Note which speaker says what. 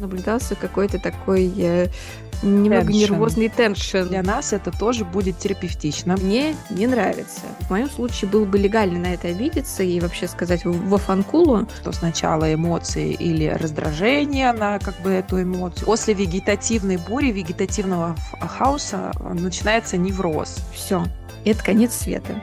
Speaker 1: наблюдался какой-то такой э, немного
Speaker 2: Теншн.
Speaker 1: нервозный теншн.
Speaker 2: Для нас это тоже будет терапевтично.
Speaker 1: Мне не нравится. В моем случае было бы легально на это обидеться и вообще сказать в- во фанкулу.
Speaker 2: что сначала эмоции или раздражение на как бы эту эмоцию. После вегетативной бури, вегетативного ф- хаоса э, начинается невроз.
Speaker 1: Все. Это конец света.